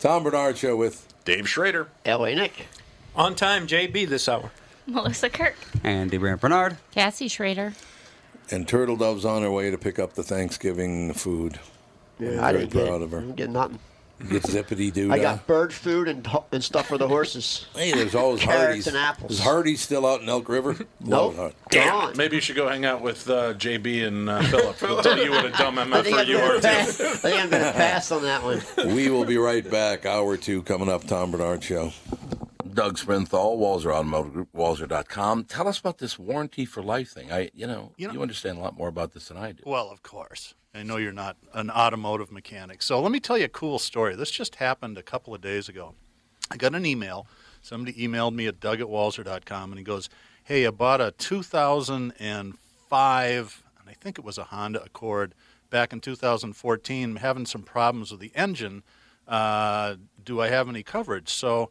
Tom Bernard Show with Dave Schrader. L.A. Nick. On time, JB this hour. Melissa Kirk. And Abraham Bernard. Cassie Schrader. And Turtle Dove's on her way to pick up the Thanksgiving food. Yeah, I very didn't get proud it. of her. Didn't get nothing. Get zippity doo. I got bird food and ho- and stuff for the horses. Hey, there's always Carrots Hardee's. and apples. Is Hardee's still out in Elk River? No, Love Hard- gone. Maybe you should go hang out with uh, JB and uh, Philip. They'll tell you what a dumb I think MFR I'm you gonna are. too. pass. I think I'm gonna pass on that one. We will be right back. Hour two coming up. Tom Bernard Show. Doug Sprinthal, Walzer Automotive Group, Walzer.com. Tell us about this warranty for life thing. I, you know, you, You know- understand a lot more about this than I do. Well, of course. I know you're not an automotive mechanic. So let me tell you a cool story. This just happened a couple of days ago. I got an email. Somebody emailed me at doug at walzer.com and he goes, Hey, I bought a 2005, and I think it was a Honda Accord back in 2014, having some problems with the engine. Uh, do I have any coverage? So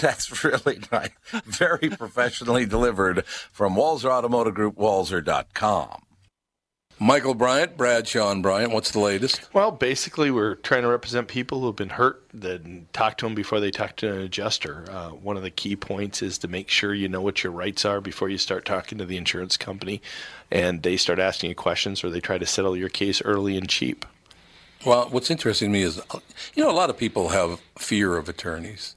That's really nice. Very professionally delivered from Walzer Automotive Group, Walzer.com. Michael Bryant, Brad Sean Bryant. What's the latest? Well, basically, we're trying to represent people who have been hurt, then talk to them before they talk to an adjuster. Uh, one of the key points is to make sure you know what your rights are before you start talking to the insurance company and they start asking you questions or they try to settle your case early and cheap. Well, what's interesting to me is, you know, a lot of people have fear of attorneys.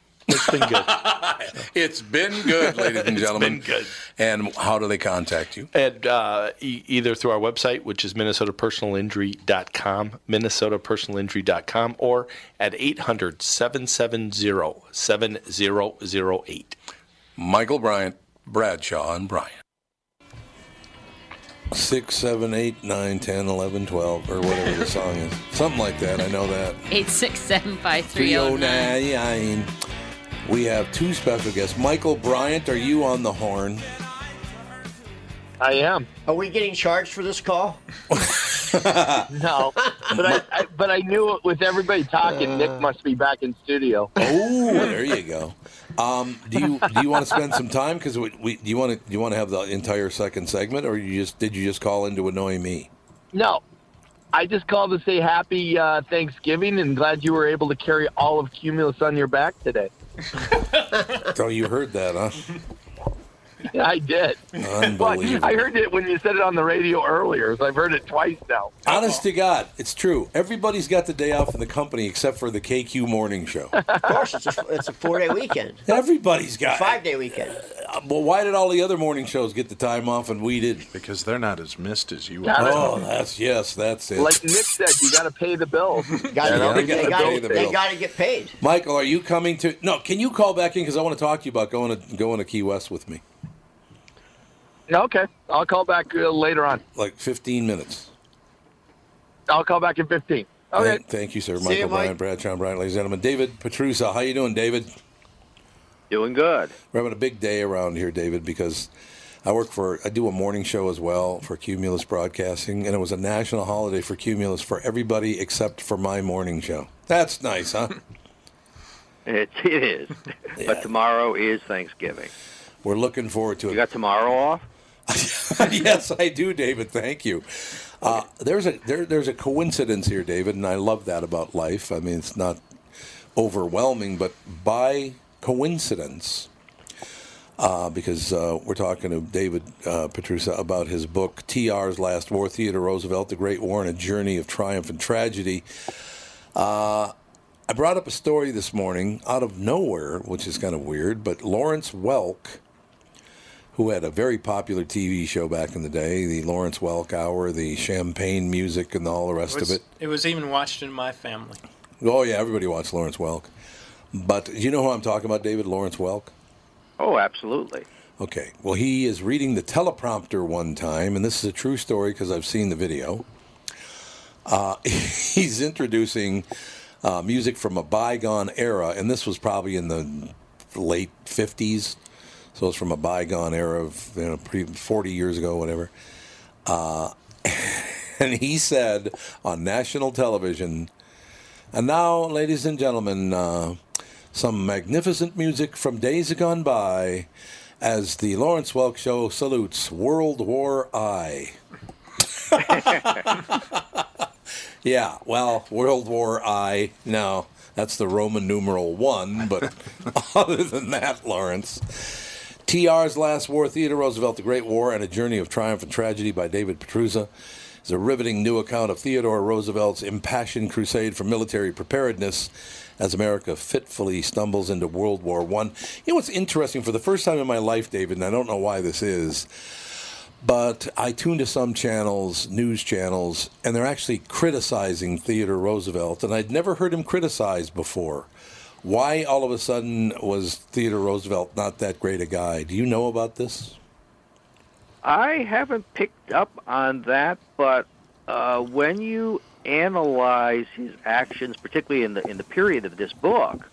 It's been good. It's been good, ladies and gentlemen. been good. And how do they contact you? And uh, e- either through our website, which is minnesotapersonalinjury.com, minnesotapersonalinjury.com, or at 800 770 7008. Michael Bryant, Bradshaw, and Bryant. 6, seven, eight, nine, 10, 11, 12, or whatever the song is. Something like that. I know that. 8675309. We have two special guests. Michael Bryant, are you on the horn? I am. Are we getting charged for this call? oh No, but I, I Uh. but I knew it with everybody talking. Nick must be back in studio. Oh, there you go. Um, do you do you want to spend some time? Because we, we do you want to do you want to have the entire second segment, or you just did you just call in to annoy me? No, I just called to say happy uh, Thanksgiving and glad you were able to carry all of Cumulus on your back today. So Oh, you heard that, huh? I did. Unbelievable. I heard it when you said it on the radio earlier, so I've heard it twice now. Honest to God, it's true. Everybody's got the day off in the company except for the KQ morning show. Of course, it's a, it's a four day weekend. Everybody's got it. Five day weekend. Uh, Well, why did all the other morning shows get the time off and we didn't? Because they're not as missed as you are. Got it. Oh, that's yes, that's it. Like Nick said, you got to pay the bills. Gotta- Yeah, they they, gotta gotta, pay the they bill. gotta get paid. Michael, are you coming to? No, can you call back in because I want to talk to you about going to going to Key West with me, Okay, I'll call back uh, later on. like fifteen minutes. I'll call back in 15. Okay. Thank, thank you, sir. See Michael you, Bryan, Mike. Bradshaw Bryan, ladies and gentlemen. David Petrusa, how you doing, David? Doing good. We're having a big day around here, David, because I work for I do a morning show as well for Cumulus Broadcasting, and it was a national holiday for Cumulus for everybody except for my morning show. That's nice, huh? It, it is. But tomorrow is Thanksgiving. We're looking forward to it. You got tomorrow off? yes, I do, David. Thank you. Uh, there's a there, there's a coincidence here, David, and I love that about life. I mean, it's not overwhelming, but by coincidence, uh, because uh, we're talking to David uh, Petrusa about his book "T.R.'s Last War: Theodore Roosevelt, the Great War, and a Journey of Triumph and Tragedy." Uh, I brought up a story this morning out of nowhere, which is kind of weird, but Lawrence Welk who had a very popular TV show back in the day, the Lawrence Welk Hour, the champagne music, and all the rest was, of it. It was even watched in my family. Oh, yeah, everybody watched Lawrence Welk. But you know who I'm talking about, David? Lawrence Welk? Oh, absolutely. Okay. Well, he is reading the teleprompter one time, and this is a true story because I've seen the video. Uh, he's introducing uh, music from a bygone era, and this was probably in the late 50s. So it's from a bygone era of you know, pre- 40 years ago, whatever. Uh, and he said on national television, and now, ladies and gentlemen, uh, some magnificent music from days gone by as the Lawrence Welk Show salutes World War I. yeah, well, World War I. No, that's the Roman numeral one, but other than that, Lawrence. TR's Last War, Theodore Roosevelt, The Great War, and A Journey of Triumph and Tragedy by David Petrusa is a riveting new account of Theodore Roosevelt's impassioned crusade for military preparedness as America fitfully stumbles into World War One. You know what's interesting? For the first time in my life, David, and I don't know why this is, but I tune to some channels, news channels, and they're actually criticizing Theodore Roosevelt, and I'd never heard him criticized before. Why all of a sudden was Theodore Roosevelt not that great a guy? Do you know about this? I haven't picked up on that, but uh, when you analyze his actions, particularly in the in the period of this book,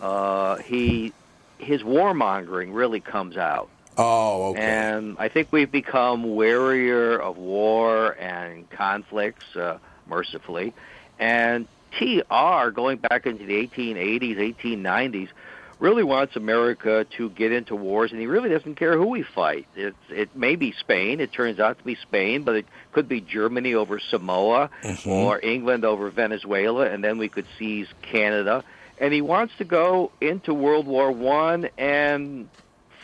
uh, he his warmongering really comes out. Oh, okay. And I think we've become warier of war and conflicts, uh, mercifully. And TR, going back into the 1880s, 1890s, really wants America to get into wars, and he really doesn't care who we fight. It's, it may be Spain. It turns out to be Spain, but it could be Germany over Samoa or England over Venezuela, and then we could seize Canada. And he wants to go into World War One and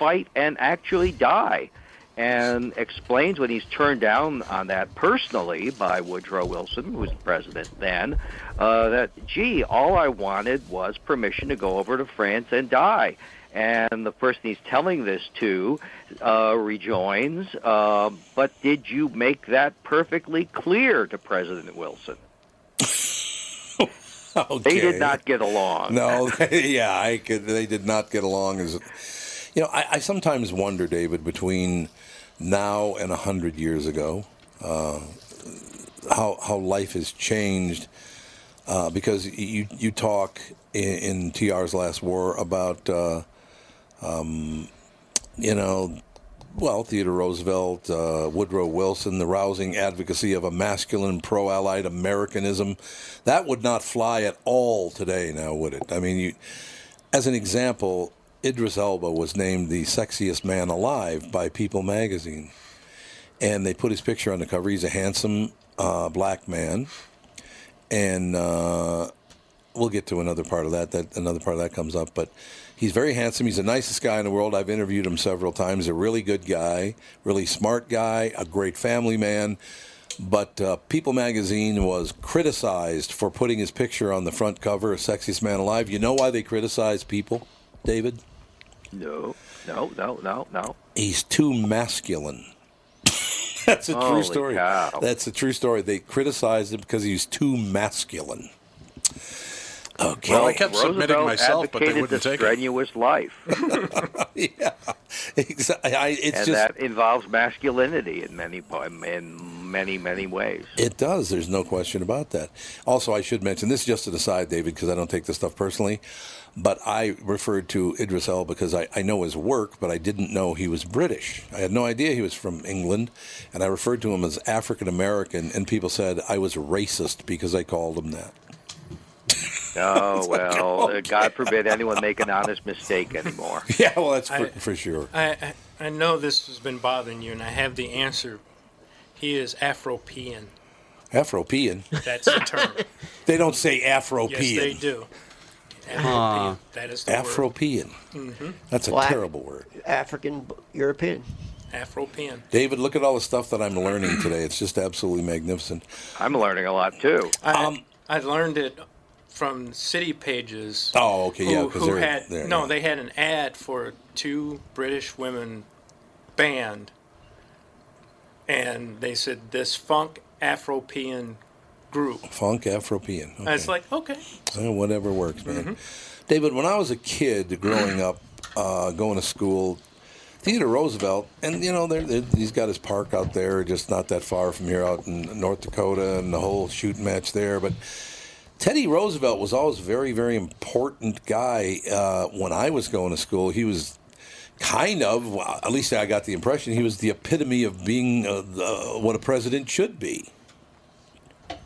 fight and actually die. And explains when he's turned down on that personally by Woodrow Wilson, who was president then, uh, that, gee, all I wanted was permission to go over to France and die. And the person he's telling this to uh, rejoins, uh, but did you make that perfectly clear to President Wilson? They Okay. did not get along. No, yeah, I could, they did not get along. As you know, I, I sometimes wonder, David, between now and hundred years ago, uh, how how life has changed. Uh, because you you talk in, in TR's last war about uh, um, you know well, Theodore Roosevelt, uh, Woodrow Wilson, the rousing advocacy of a masculine, pro Allied Americanism. That would not fly at all today, now, would it? I mean, you, as an example, Idris Elba was named the sexiest man alive by People magazine. And they put his picture on the cover. He's a handsome uh, black man. And uh, we'll get to another part of that. That another part of that comes up, but he's very handsome. He's the nicest guy in the world. I've interviewed him several times. A really good guy, really smart guy, a great family man. But uh, People magazine was criticized for putting his picture on the front cover of Sexiest Man Alive. You know why they criticize People, David? No, no, no, no, no. He's too masculine. That's a true Holy story. cow. That's a true story. They criticized him because he's too masculine. Okay. Well, I kept submitting Roosevelt myself, but they advocated wouldn't the take it. strenuous life, Exactly. I, it's and just that involves masculinity in many po- in many many ways. It does. There's no question about that. Also, I should mention this is just an aside, David, because I don't take this stuff personally. But I referred to Idris Elba because I, I know his work, but I didn't know he was British. I had no idea he was from England. And I referred to him as African American, and people said I was racist because I called him that. Oh well, uh, God forbid anyone make an honest mistake anymore. Yeah, well, that's for, I- for sure. I, I I know this has been bothering you, and I have the answer. He is Afropean. Afropean. That's the term. They don't say Afropean. yes, they do. Ah. Afropean. That is the Afropean. word. hmm That's a Black. terrible word. African European. Afropean. David, look at all the stuff that I'm learning today. It's just absolutely magnificent. I'm learning a lot too. I, Um, I learned it from City Pages. Oh, okay, yeah, who, 'cause who they're- had they're- no? yeah. They had an ad for two British women band, and they said this funk Afropean group. Funk Afropean. I was like, okay, Eh, whatever works, man. David, when I was a kid growing up, uh, going to school, Theodore Roosevelt, and you know, there there- he's got his park out there, just not that far from here, out in North Dakota, and the whole shooting match there. But Teddy Roosevelt was always a very, very important guy uh, when I was going to school. He was kind of, well, at least I got the impression, he was the epitome of being uh, the, what a president should be.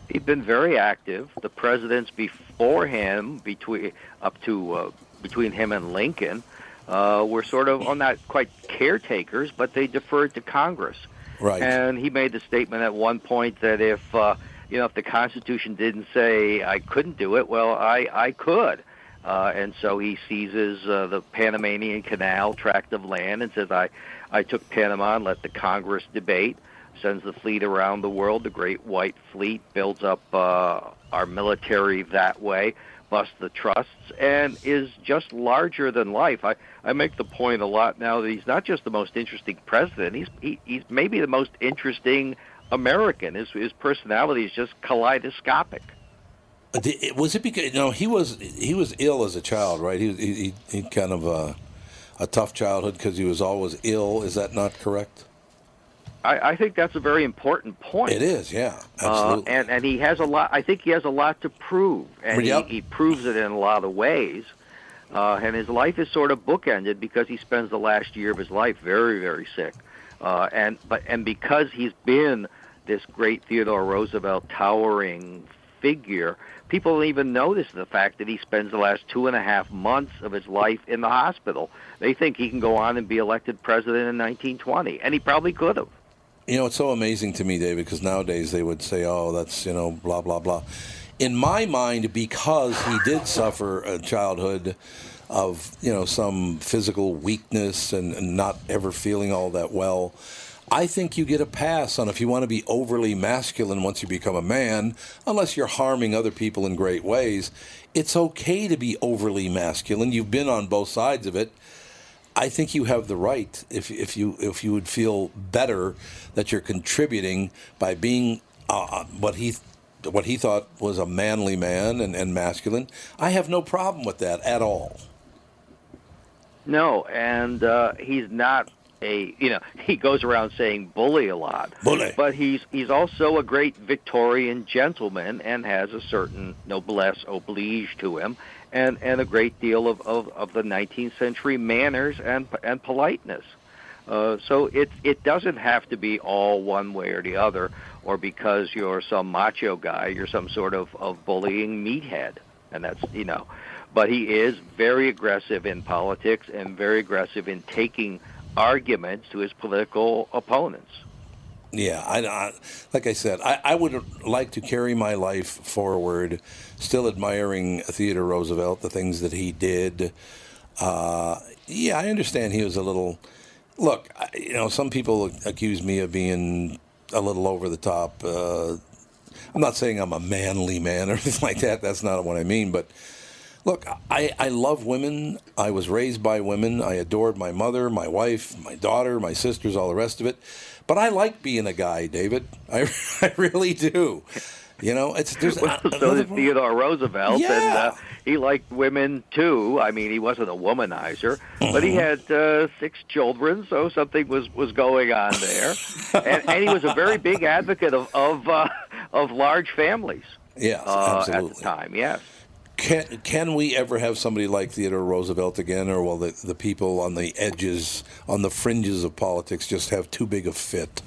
He's been very active. The presidents before him, between up to uh, between him and Lincoln, uh, were sort of, well, not quite caretakers, but they deferred to Congress. Right. And he made the statement at one point that if uh, you know if the Constitution didn't say I couldn't do it, well, I I could. Uh, and so he seizes uh, the Panamanian Canal tract of land and says, "I, I took Panama and let the Congress debate." Sends the fleet around the world. The Great White Fleet builds up uh, our military that way, busts the trusts, and is just larger than life. I, I make the point a lot now that he's not just the most interesting president. He's he, he's maybe the most interesting American. His his personality is just kaleidoscopic. Uh, di- it- Was it because no? He was he was ill as a child, right? He he he he'd kind of uh, a tough childhood because he was always ill. Is that not correct? I, I think that's a very important point. It is, yeah, Uh, absolutely. and and he has a lot. I think he has a lot to prove, and Yep. he, he proves it in a lot of ways. Uh, and his life is sort of bookended because he spends the last year of his life very, very sick. Uh, and but and because he's been this great Theodore Roosevelt towering figure, people don't even notice the fact that he spends the last two and a half months of his life in the hospital. They think he can go on and be elected president in 1920, and he probably could have. you know, it's so amazing to me, David, because nowadays they would say, "Oh, that's you know, blah blah blah." In my mind, because he did suffer a childhood of you know some physical weakness and, and not ever feeling all that well, I think you get a pass on if you want to be overly masculine once you become a man, unless you're harming other people in great ways. It's okay to be overly masculine. You've been on both sides of it. I think you have the right if if you if you would feel better that you're contributing by being uh, what he what he thought was a manly man and, and masculine. I have no problem with that at all. No, and uh, he's not a you know he goes around saying bully a lot. Bully. But he's he's also a great Victorian gentleman and has a certain noblesse oblige to him, and and a great deal of of, of the 19th century manners and and politeness. Uh, so it it doesn't have to be all one way or the other, or because you're some macho guy, you're some sort of of bullying meathead, and that's you know. But he is very aggressive in politics and very aggressive in taking arguments to his political opponents. Yeah, I, I- like I said, I, I would like to carry my life forward, still admiring Theodore Roosevelt, the things that he did. Uh, yeah, I understand he was a little. Look, I, you know, some people accuse me of being a little over the top. Uh, I'm not saying I'm a manly man or anything like that. That's not what I mean, but. Look, I, I love women. I was raised by women. I adored my mother, my wife, my daughter, my sisters, all the rest of it. But I like being a guy, David. I, I really do. You know, it's there's Well, so another did Theodore Roosevelt, and Yeah. uh, he liked women too. I mean, he wasn't a womanizer, but Mm-hmm. he had uh, six children, so something was was going on there. and, and he was a very big advocate of of, uh, of large families. Yes, uh, At absolutely. the time, yes. Can can we ever have somebody like Theodore Roosevelt again, or will the, the people on the edges, on the fringes of politics, just have too big a fit?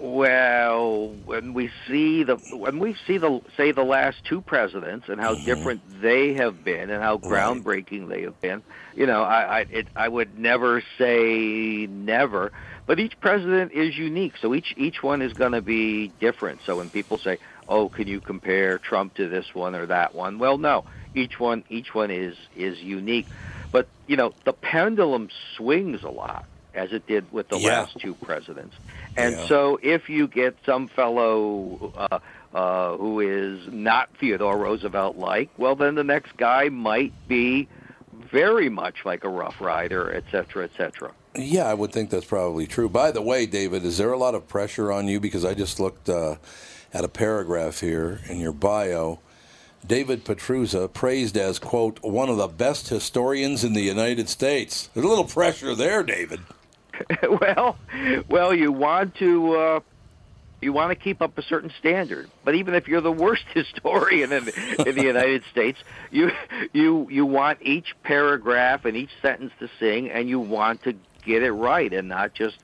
Well, when we see the when we see the say the last two presidents and how different they have been and how groundbreaking they have been, you know, I I, it, I would never say never, but each president is unique, so each each one is going to be different. So when people say, "Oh, can you compare Trump to this one or that one?" Well, no, each one each one is is unique, but you know the pendulum swings a lot as it did with the Yeah. last two presidents. And Yeah. so if you get some fellow uh, uh, who is not Theodore Roosevelt like, well, then the next guy might be very much like a Rough Rider, et cetera, et cetera. Yeah, I would think that's probably true. By the way, David, is there a lot of pressure on you? Because I just looked uh, at a paragraph here in your bio. David Petruzza praised as, quote, one of the best historians in the United States. There's a little pressure there, David. well, well, you want to uh, you want to keep up a certain standard. But even if you're the worst historian in, in the United States, you you you want each paragraph and each sentence to sing, and you want to get it right and not just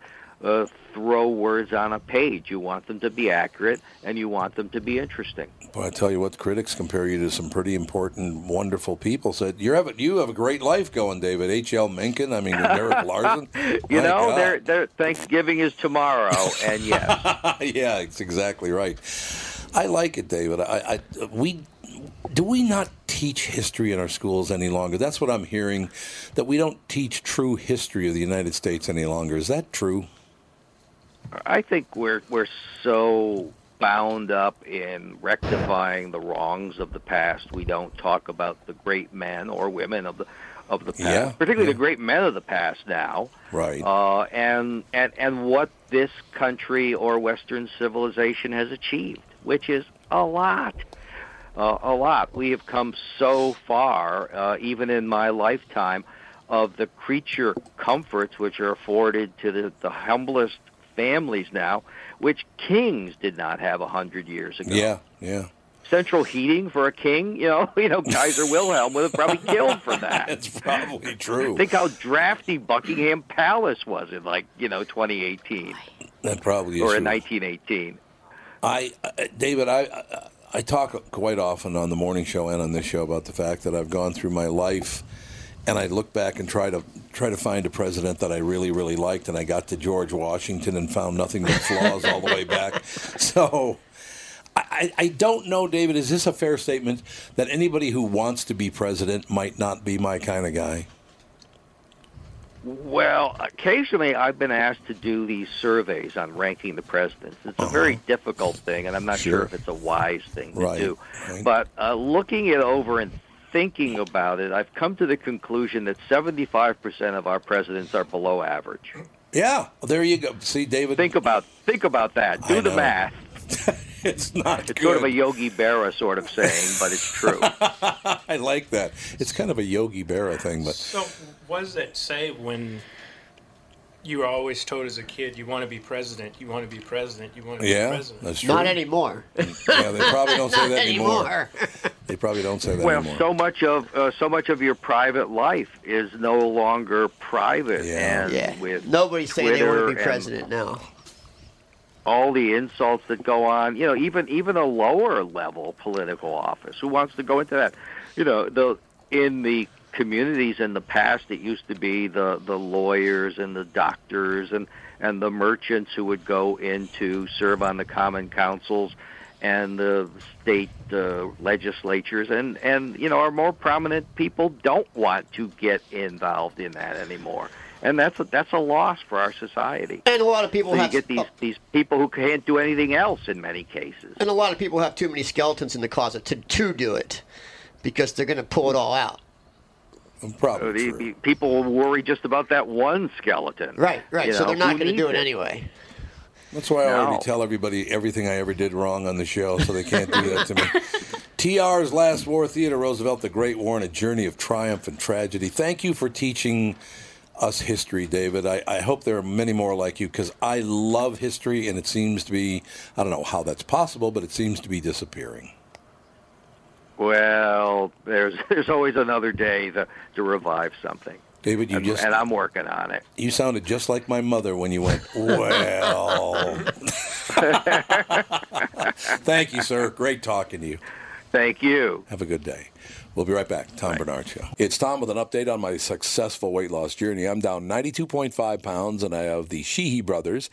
uh, throw words on a page. You want them to be accurate and you want them to be interesting. But I tell you what, critics compare you to some pretty important, wonderful people. Said you have a, you have a great life going, David. H.L. Mencken. I mean, Derek Larson. You My know, God. their their Thanksgiving is tomorrow, and yes. yeah, it's exactly right. I like it, David. I, I we do we not teach history in our schools any longer? That's what I'm hearing. That we don't teach true history of the United States any longer. Is that true? I think we're we're so bound up in rectifying the wrongs of the past. We don't talk about the great men or women of the of the past, Yeah, particularly the great men of the past now. Right. Uh, and and and what this country or Western civilization has achieved, which is a lot. Uh, a lot. We have come so far, uh, even in my lifetime, of the creature comforts which are afforded to the, the humblest families now, which kings did not have a hundred years ago. Yeah, yeah. Central heating for a king, you know, you know, Kaiser Wilhelm would have probably killed for that. That's probably true. Think how drafty Buckingham Palace was in like, you know, 2018 That probably is or in true. 1918. I, I David, I, I I talk quite often on the morning show and on this show about the fact that I've gone through my life, and I look back and try to try to find a president that I really really liked, and I got to George Washington and found nothing but flaws all the way back. So. I, I I don't know, David. Is this a fair statement that anybody who wants to be president might not be my kind of guy? Well, occasionally I've been asked to do these surveys on ranking the presidents. It's Uh-huh. a very difficult thing, and I'm not sure, Sure. if it's a wise thing to Right, do. But uh, looking it over and thinking about it, I've come to the conclusion that 75% of our presidents are below average. Yeah, there you go. See, David. Think about think about that. Do I the know. math. it's not. It's sort of a good. Yogi Berra sort of saying, but it's true. I like that. It's kind of a Yogi Berra thing, but So, what does that say when you were always told as a kid, you want to be president, you want to be president, you want to Yeah, be president? that's Not true. anymore. yeah, they probably don't say that anymore. Anymore. They probably don't say that Well, anymore. so much of uh, so much of your private life is no longer private, and Yeah. with Nobody's saying they want Twitter to be and president now. all the insults that go on, you know, even even a lower level political office. Who wants to go into that? you know, the in the communities in the past, it used to be the the lawyers and the doctors and and the merchants who would go in to serve on the common councils and the state uh, legislatures and and you know our more prominent people don't want to get involved in that anymore and that's a, that's a loss for our society and a lot of people so have- you get these these people who can't do anything else in many cases And a lot of people have too many skeletons in the closet to, to do it because they're going to pull it all out. Oh, Oh, so the, the- people will worry just about that one skeleton Right, right. you so know, they're not who going to do it, needs anyway. That's why I No. already tell everybody everything I ever did wrong on the show, so they can't do that to me. TR's Last War Theater, Roosevelt the Great War, and a journey of triumph and tragedy. Thank you for teaching us history, David. I, I hope there are many more like you because I love history, and it seems to be, I don't know how that's possible, but it seems to be disappearing. Well, there's there's always another day to, to revive something. David, you and, just- and I'm working on it. You sounded just like my mother when you went, well. Thank you, sir. Great talking to you. Thank you. Have a good day. We'll be right back. Tom Bernard Show. It's Tom with an update on my successful weight loss journey. I'm down 92.5 pounds, and I have the Sheehy brothers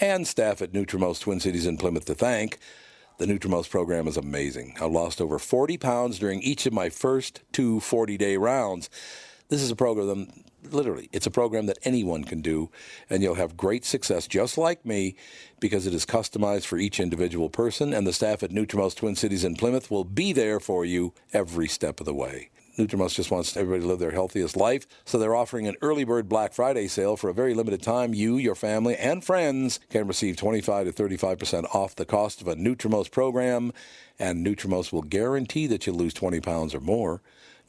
and staff at Nutrimos Twin Cities in Plymouth to thank. The Nutrimos program is amazing. I lost over 40 pounds during each of my first two 40 day rounds. This is a program, literally, it's a program that anyone can do, and you'll have great success just like me because it is customized for each individual person, and the staff at Nutrimos Twin Cities in Plymouth will be there for you every step of the way. Nutrimos just wants everybody to live their healthiest life, so they're offering an early bird Black Friday sale for a very limited time. You, your family, and friends can receive 25 to 35% off the cost of a Nutrimos program, and Nutrimos will guarantee that you lose 20 pounds or more.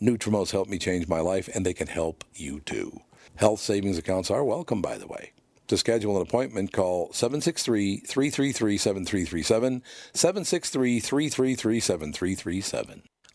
Nutrimos helped me change my life, and they can help you too. Health savings accounts are welcome, by the way. To schedule an appointment, call 763 333 7337. 763 333 7337.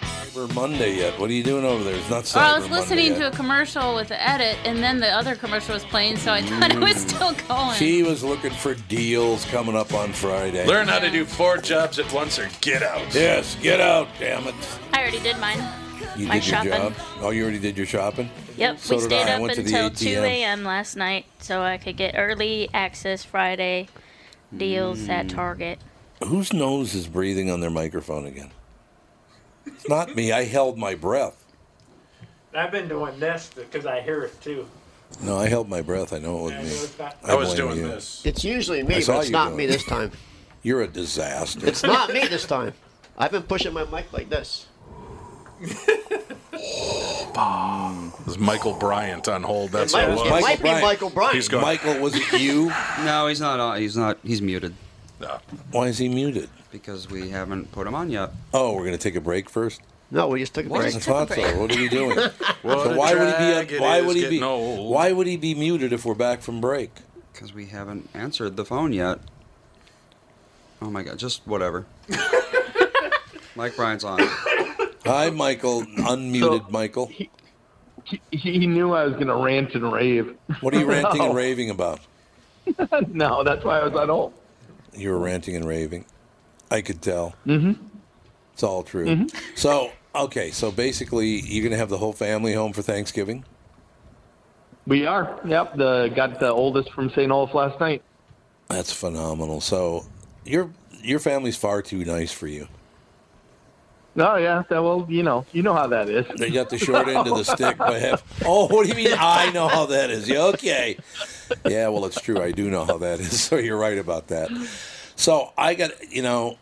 Cyber Monday yet. What are you doing over there? It's not Cyber Well, I was Monday listening yet. to a commercial with the edit, and then the other commercial was playing, so I thought it was still going. Mm. She was looking for deals coming up on Friday. Learn how to do four jobs at once or get out. Yes, get out, damn it. I already did mine. You My did your shopping. job. Oh, you already did your shopping? Yep, So we did stayed I. I up went to the until 2 ATM. a.m. last night so I could get early access Friday deals at Hmm. Target. Whose nose is breathing on their microphone again? It's not me. I held my breath. I've been doing this because I hear it too. No, I held my breath. I know it was me. I was blame doing you. this. It's usually I me, saw but it's you not doing me it. this time. You're a disaster. It's not me this time. I've been pushing my mic like this. It was Michael Bryant on hold. That's It might- what it was. it might be Bryant. Michael Bryant. He's going, Michael, was it you? no, he's not on. He's not. He's muted. Why is he muted? Because we haven't put him on yet. Oh, we're gonna take a break first. No, we just took a What? I break. thought Took a break. so. What are we doing? What so a why would drag he be? it Up, why is would he getting be? old. Why would he be muted if we're back from break? Because we haven't answered the phone yet. Oh my god! Just whatever. Mike Bryant's on. Hi, Michael. Unmuted, Michael. He, he knew I was going to rant and rave. What are you ranting and No. raving about? no, that's why I was on hold. You were ranting and raving. I could tell. Mm-hmm. It's all true. Mhm. So okay. So basically, you're gonna have the whole family home for Thanksgiving. We are. Yep. The got the oldest from St. Olaf last night. That's phenomenal. So your your family's far too nice for you. Oh yeah, that, well you know you know how that is. They got the short end of the stick by half. Oh, what do you mean? I know how that is. Yeah, okay. Yeah, well, it's true. I do know how that is. So you're right about that. So I got, you know,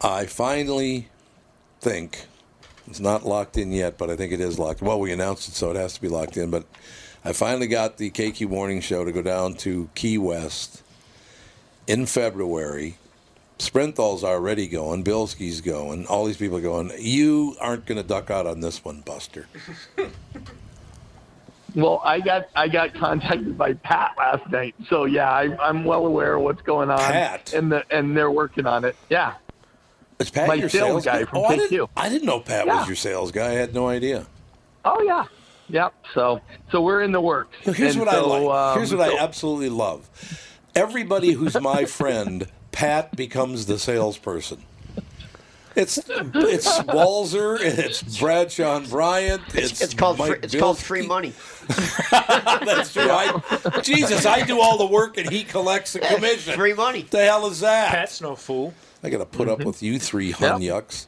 I finally think it's not locked in yet, but I think it is locked. Well, we announced it, so it has to be locked in. But I finally got the KQ Morning Show to go down to Key West in February. Sprinthal's already going. Bilski's going. All these people are going. You aren't going to duck out on this one, Buster. Well, I got I got contacted by Pat last night, so yeah, I, I'm well aware of what's going on. Pat? and the and they're working on it. Yeah, Is Pat My your sales sales guy from oh, I didn't, KQ. I didn't know Pat Yeah. was your sales guy. I had no idea. Oh yeah. Yep. So so we're in the works. Here's And what so, I like. um, Here's what so- I absolutely love. Everybody who's my friend, Pat becomes the salesperson. It's it's Walzer, it's Bradshaw and Bryant. It's, It's called Mike free, it's called Bilski. free money. That's true. I, Jesus, I do all the work and he collects the commission. Free money. The hell is that? Pat's no fool. I got to put Mm-hmm. up with you three hun yucks.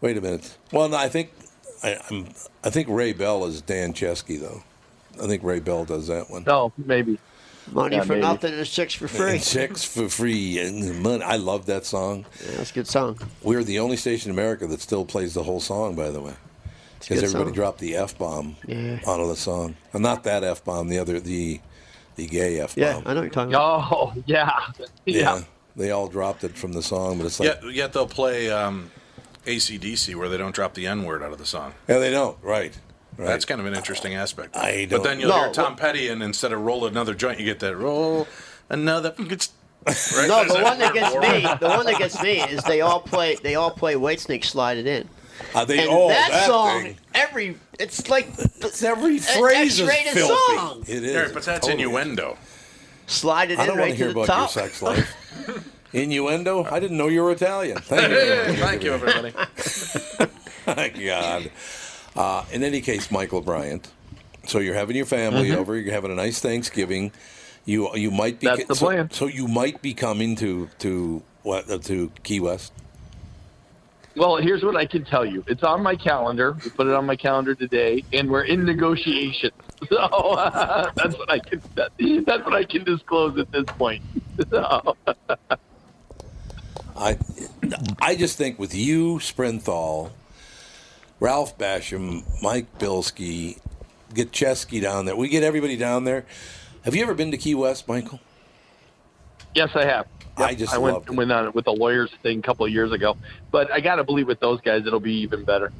Wait a minute. Well, no, I think I, I'm. I think Ray Bell is Dan Chesky though. I think Ray Bell does that one. No, Oh, maybe. Money for nothing and six for free. And chicks for free and money. I love that song. Yeah, that's a good song. We're the only station in America that still plays the whole song, by the way. a Because good everybody song. dropped the F bomb Yeah. out of the song. And not that F bomb, the other the the gay F bomb. Yeah, I know what you're talking about. Oh yeah. yeah. They all dropped it from the song, but it's like Yet, yet they'll play um, ACDC where they don't drop the N word out of the song. Yeah, they don't. Right. That's kind of an interesting aspect. I But don't- then you'll No, hear Tom Petty, and instead of roll another joint, you get that roll another. Right? No, There's the one that gets me, roar. the one that gets me is they all play, they all play Whitesnake, slide it in. Are Uh, they and all that, that song, thing. every it's like it's every phrase is X-rated filthy. song. It is. Yeah, but that's Totally. innuendo. Slide it I in don't right want to hear to the about top. your sex life. Innuendo? I didn't know you were Italian. Thank you. everybody. Thank you, everybody. God. Uh, in any case, Michael Bryant. So you're having your family Mm-hmm. over. You're having a nice Thanksgiving. You you might be That's the so, plan. So you might be coming to to what uh, to Key West. Well, here's what I can tell you. It's on my calendar. We put it on my calendar today, and we're in negotiations. So that's what I can. That, that's what I can disclose at this point. So, I I just think with you, Sprinthal, Ralph Basham, Mike Bilski, get Chesky down there. We get everybody down there. Have you ever been to Key West, Michael? yes, I have. I just I went loved it. went on it with the lawyers thing a couple of years ago, but I got to believe with those guys it'll be even better.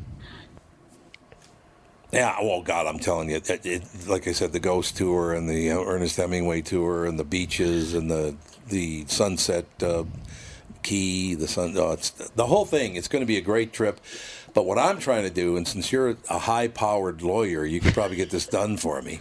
Yeah, well, God, I'm telling you, it, it, like I said, the Ghost tour and the uh, Ernest Hemingway tour and the beaches and the the Sunset uh, Key, the sun, oh, it's, the whole thing. It's going to be a great trip. But what I'm trying to do, and since you're a high-powered lawyer, you could probably get this done for me.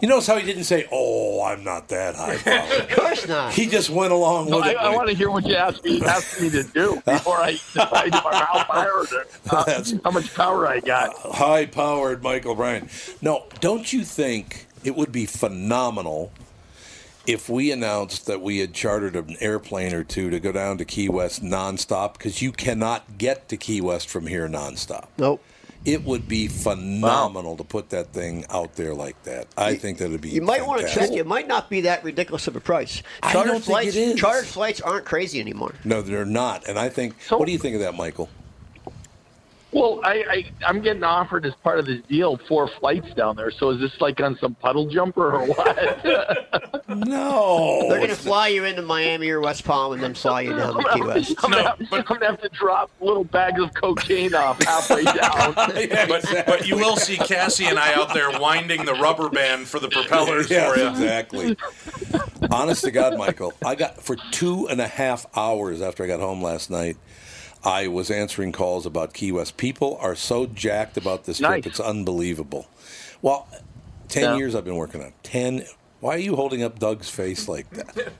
You notice how he didn't say, "Oh, I'm not that high-powered." Of course not. he just went along No, with I, it. I want to hear what you asked me asked me to do before I decide if I'm out there, uh, how much power I got. high powered Uh, Michael Bryan. No, don't you think it would be phenomenal if we announced that we had chartered an airplane or two to go down to Key West nonstop? Because you cannot get to Key West from here nonstop. Nope. It would be phenomenal to put that thing out there like that. I think that would be. You might want to fantastic. check. It might not be that ridiculous of a price. I Charter don't think flights, it is. charter flights aren't crazy anymore. No, they're not. And I think. what do you think of that, Michael? Well, I, I I'm getting offered as part of this deal four flights down there. So is this like on some puddle jumper or what? No. They're gonna fly you into Miami or West Palm and then fly you down to Key West. I'm, gonna have, I'm gonna have to drop little bags of cocaine off halfway down. but, but you will see Cassie and I out there winding the rubber band for the propellers Yes, for you. exactly. Honest to God, Michael, I got for two and a half hours after I got home last night. I was answering calls about Key West. People are so jacked about this Nice. trip; it's unbelievable. Well, ten Yeah. years I've been working on it. ten. Why are you holding up Doug's face like that?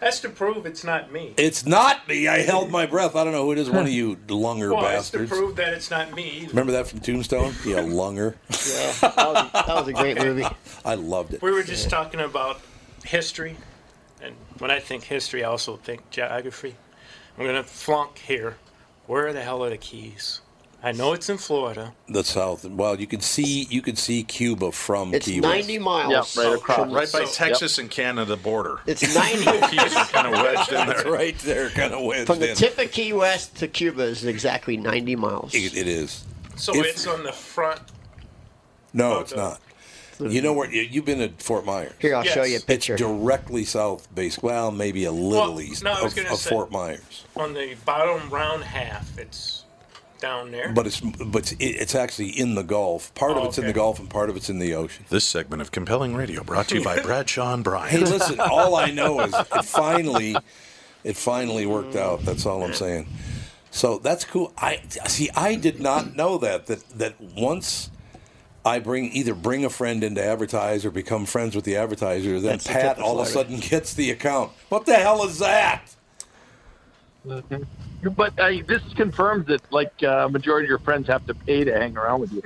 That's to prove it's not me. It's not me. I held my breath. I don't know who it is. One of you lunger well, it's bastards. to prove that it's not me. Either. Remember that from Tombstone? Yeah, lunger. That was, that was a great movie. I loved it. We were just talking about history And when I think history, I also think geography. I'm going to flunk here. Where the hell are the Keys? I know it's in Florida. The South. Well, you can see you can see Cuba from It's Key West. 90 miles. Yeah, right across. Right by So- Texas and Canada border. It's 90. Keys are kind of wedged in That's there. right there, kind of wedged From the in. tip of Key West to Cuba is exactly 90 miles. It, it is. So If- it's on the front. No, it's not. You know where you- you've been at Fort Myers? Here, I'll show you a Yes. picture. It's directly south, base. Well, maybe a little Well, east no, I was of, gonna of say- Fort Myers, On the bottom round half, it's down there. but it's but it's, it's actually in the Gulf. Part of Oh, it's in the okay. Gulf, and part of it's in the ocean. This segment of compelling radio brought to you by Bradshaw and Bryan. Hey, listen, all I know is it finally, it finally worked out. That's all I'm saying. So that's cool. I see. I did not know that that that once I bring either bring a friend in to advertise or become friends with the advertiser, then That's the tip Pat of all of a Florida. sudden gets the account. What the hell is that? But I, this confirms that like uh, majority of your friends have to pay to hang around with you.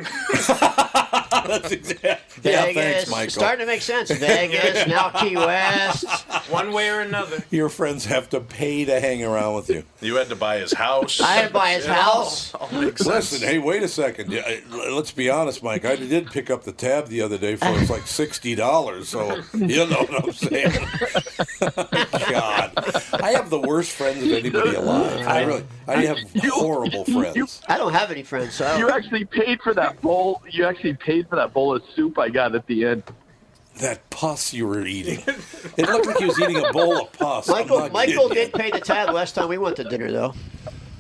That's exactly. Vegas, starting to make sense. Vegas, now Key West. One way or another. Your friends have to pay to hang around with you. You had to buy his house. I had to buy his Yeah. house. All Oh, makes sense. Listen, hey, wait a second. Yeah, I- l- Let's be honest, Mike. I did pick up the tab the other day for it's like sixty dollars. So you know what I'm saying. God, I have the worst friends of anybody alive. I really, I have horrible friends. I don't have any friends, so uh, I You don't. actually paid for that bowl. You actually paid for that bowl of soup I got at the end. That pus you were eating. It looked like he was eating a bowl of pus. I'm Michael, not Michael kidding. did pay the tab last time we went to dinner, though.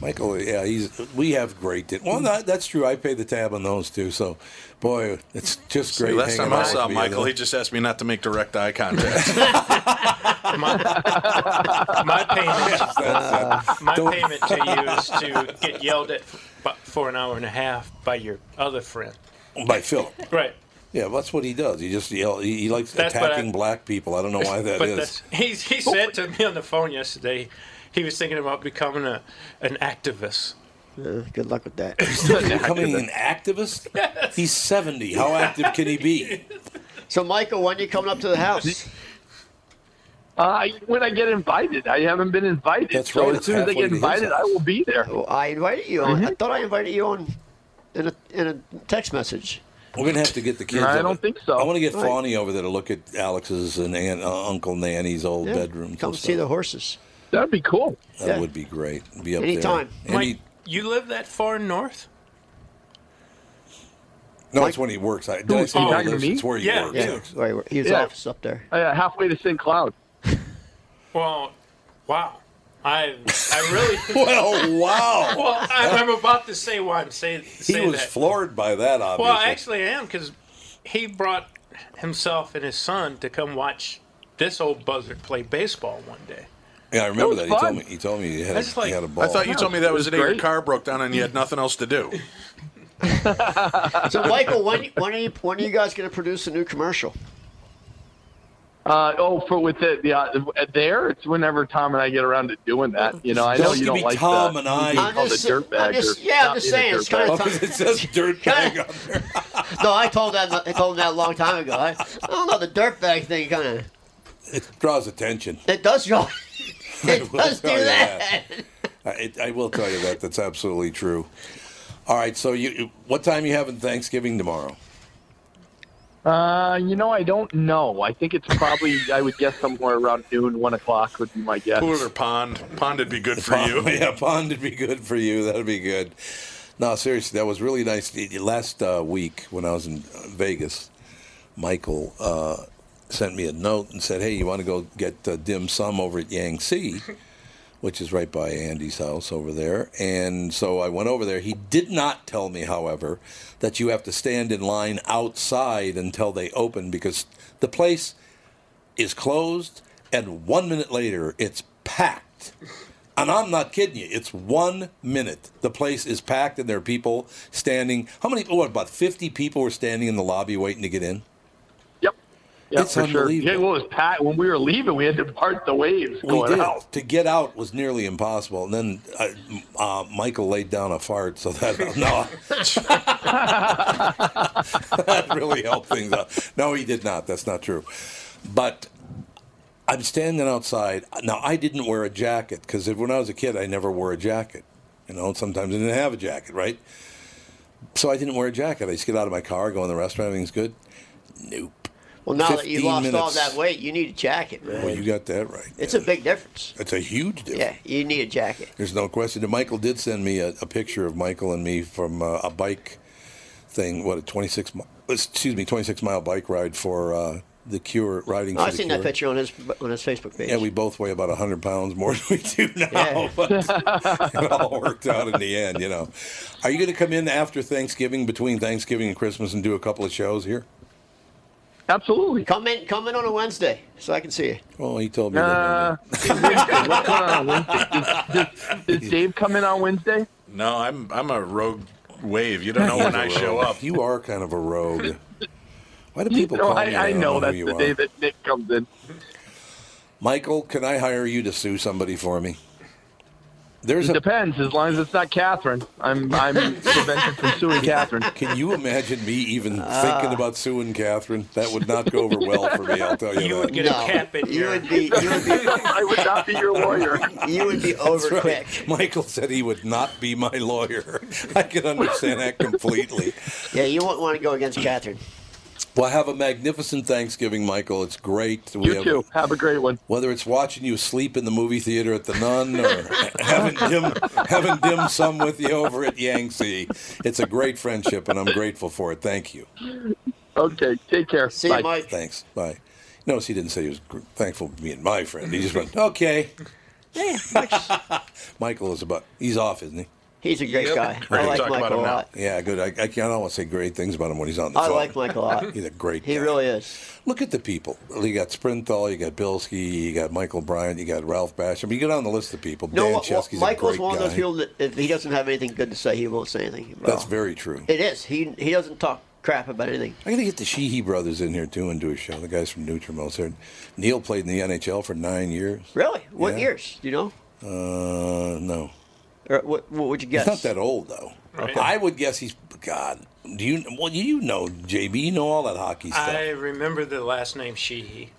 Michael, yeah, he's. We have great. Di- well, that, that's true. I pay the tab on those too. So, boy, it's just great. Last hanging time I out saw with you. Michael, he just asked me not to make direct eye contact. My payment, uh, that's my Don't- payment to you is to get yelled at f- for an hour and a half by your other friend. by Philip. Right. Yeah, that's what he does. He just yell. He, he likes That's what attacking I- black people. I don't know why that but is. that's- He, he said to me on the phone yesterday, he was thinking about becoming a, an activist. good luck with that. becoming an activist? He's seventy. How active can he be? So, Michael, when are you coming up to the house? Uh, when I get invited, I haven't been invited. That's so right, as soon as I halfway get to his invited, house. I will be there. Mm-hmm. Well, Oh, I invited you. On, I thought I invited you on in a, in a text message. We're gonna have to get the kids. I over- don't think I want to get Right. Fawny over there to look at Alex's and Aunt, uh, Uncle Nanny's old Yeah, bedrooms. and Come stuff. see the horses. That'd be cool. That Yeah. would be great. Be up Anytime. there. Any- Mike, you live that far north? no, it's when he works. I, did I Who- say you where he talking to lives? me? It's where he Yeah. works. Yeah. Right, where- he was Yeah. office up there. Uh, halfway to St. Cloud. Well, wow. I I really. well, wow. Well, I, I'm about to say why I'm saying He say was that. floored by that. Obviously. Well, I actually am because he brought himself and his son to come watch this old buzzard play baseball one day. yeah, I remember That that. was He fun. told me. He told me he had, I just a, he like- had a ball. I thought you told me that was the day your Great. car broke down and you had nothing else to do. So, Michael, when when are you when are you guys going to produce a new commercial? Uh, oh, for with the, the uh, there, it's whenever Tom and I get around to doing that. You know, I know Those you could don't be like Tom the, and I. Oh, being called a dirtbag. I'm just- or yeah, I'm not just being a saying, it's dirtbag. kind of tough. dirtbag on No, I told that I told him that a long time ago. I, I don't know the dirtbag thing kind of It draws attention. it does draw. It will does do tell you that. I, it, I will tell you that. That's absolutely true. All right. So, you, what time you having Thanksgiving tomorrow? Uh, you know, I don't know. I think it's probably, I would guess, somewhere around noon, one o'clock would be my guess. Cooler pond. Pond would be good for Pond- you. Yeah, pond would be good for you. That'd be good. No, seriously, that was really nice. The- the Last uh, week when I was in uh, Vegas, Michael uh, sent me a note and said, "Hey, you want to go get uh, dim sum over at Yangtze?" Which is right by Andy's house over there. And so I went over there. He did not tell me, however, that you have to stand in line outside until they open because the place is closed, and one minute later, it's packed. And I'm not kidding you. It's one minute. The place is packed, and there are people standing. How many? What about 50 people were standing in the lobby waiting to get in? yeah, it's for sure. unbelievable. Yeah, well, it was Pat. When we were leaving, we had to part the waves going out. To get out was nearly impossible. And then uh, m- uh, Michael laid down a fart, so that no, that really helped things out. No, he did not. That's not true. But I'm standing outside. Now, I didn't wear a jacket because when I was a kid, I never wore a jacket. You know, and sometimes I didn't have a jacket, right? So I didn't wear a jacket. I just get out of my car, go in the restaurant, everything's good. Nope. Well, now that you 15 lost all minutes. that weight, you need a jacket, man. Well, you got that right. it's a big difference. It's a huge difference. Yeah, you need a jacket. There's no question. And Michael did send me a, a picture of Michael and me from uh, a bike thing. What a 26 mi- excuse me 26 mile bike ride for uh, the Cure riding. for Oh, I've the seen Cure. that picture on his on his Facebook page. Yeah, we both weigh about 100 pounds more than we do now, but it all worked out in the end, you know. Are you going to come in after Thanksgiving, between Thanksgiving and Christmas, and do a couple of shows here? Absolutely. Come in, come in on a Wednesday so I can see you. Well, he told me. Uh, Did Dave come in on Wednesday? No, I'm I'm a rogue wave. You don't know when I show up. You are kind of a rogue. Why do people No, call I, me? I don't know who that's you the are. day that Nick comes in. Michael, can I hire you to sue somebody for me? There's it a depends, as long as it's not Catherine. I'm I'm prevented from suing Catherine. Ah. Can you imagine me even thinking about suing Catherine? That would not go over well for me. I'll tell you, that. in you would be, you would be, I would not be your lawyer. You would be That's over right. quick. Michael said he would not be my lawyer. I can understand that completely. Yeah, you wouldn't want to go against Catherine. Well, have a magnificent Thanksgiving, Michael. It's great. We You too. Have a great one. Whether it's watching you sleep in the movie theater at the Nun or having dim, having dim sum with you over at Yangtze, it's a great friendship, and I'm grateful for it. Thank you. Okay, take care. See Bye. Mike. Thanks. Bye. Notice he didn't say he was gr- thankful for being my friend. He just went, okay. Michael is about, he's off, isn't he? He's a great Yep. guy. Great. I like Michael a lot. Yeah, good. I, I can't always say great things about him when he's on the I phone. like Michael a lot. He's a great He guy. really is. Look at the people. You got Sprinthal, you got Bilski, you got Michael Bryant, you got Ralph Basham. you go down the list of people. No, Dan well, Chesky's a Michael's great one of those guy. people Oh. that if he doesn't have anything good to say, he won't say anything. About. That's very true. It is. He he doesn't talk crap about anything. I gotta get the Sheehy brothers in here too and do a show. The guys from Nutrimos here. Neil played in the NHL for nine years. Really? What Yeah. years? Do you know? Uh, no. Or what, what would you guess? He's not that old though. I would guess he's God. Do you? Well, you know, JB, you know all that hockey stuff. I remember the last name Sheehy.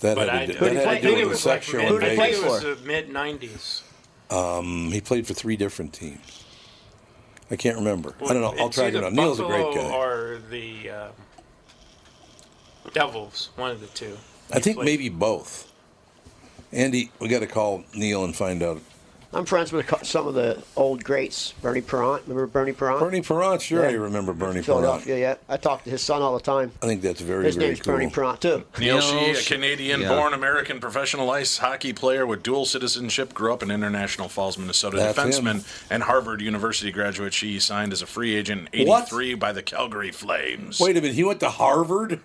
that but had I, to, do- that I had to think do it with the was like sex show mid, in I think Vegas. it was the mid '90s. Um, he played for three different teams. I can't remember. I don't know. I'll It's try to either know. Neil's a great Buffalo guy. Or the um, Devils, one of the two. I think maybe both. Andy, we got to call Neil and find out. I'm friends with co- some of the old greats. Bernie Perrant. Remember Bernie Perrant? Bernie Perrant, sure, Yeah. I remember Bernie Perrant. Philadelphia, yeah. I talk to his son all the time. I think that's very, his very name's cool. Bernie Perrant, too. Neil Shee, a Canadian-born Yeah. American professional ice hockey player with dual citizenship, grew up in International Falls, Minnesota. That's defenseman him. and Harvard University graduate, Shee signed as a free agent in What? '83 by the Calgary Flames. Wait a minute, he went to Harvard?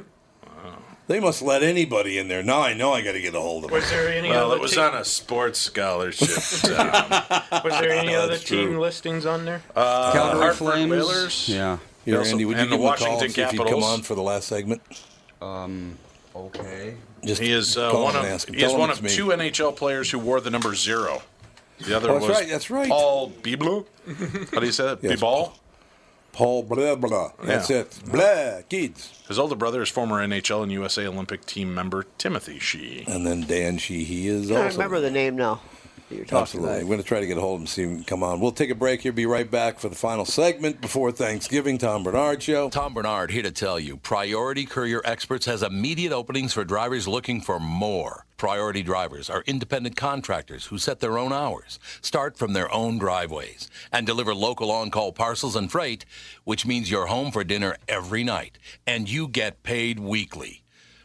They must let anybody in there. Now I know I got to get a hold of him. Was there any well, other it was team? on a sports scholarship. Tom. um, Was there any That's other team true. listings on there? Uh, Calgary Hartford Flames. Whalers. Yeah. Here, Also- Andy, would you and the give him a call Washington and see if he'd come Capitals. on for the last segment? Um, okay. Just he is uh, call him one and of ask him. he Tell is him one it's of me. two NHL players who wore the number zero. The other Oh, that's was right, that's right. Paul Biblo. How do you say that? Yes. Bibal. Paul blah blah. That's Yeah. it. Blah kids. His older brother is former NHL and USA Olympic team member Timothy Shee. And then Dan Sheehy is I also. remember the name now. that You're talking Absolutely. about. We're going to try to get a hold of him, see if he can come on. We'll take a break here, be right back for the final segment before Thanksgiving. Tom Bernard Show. Tom Bernard here to tell you Priority Courier Experts has immediate openings for drivers looking for more. Priority drivers are independent contractors who set their own hours, start from their own driveways, and deliver local on call parcels and freight, which means you're home for dinner every night and you get paid weekly.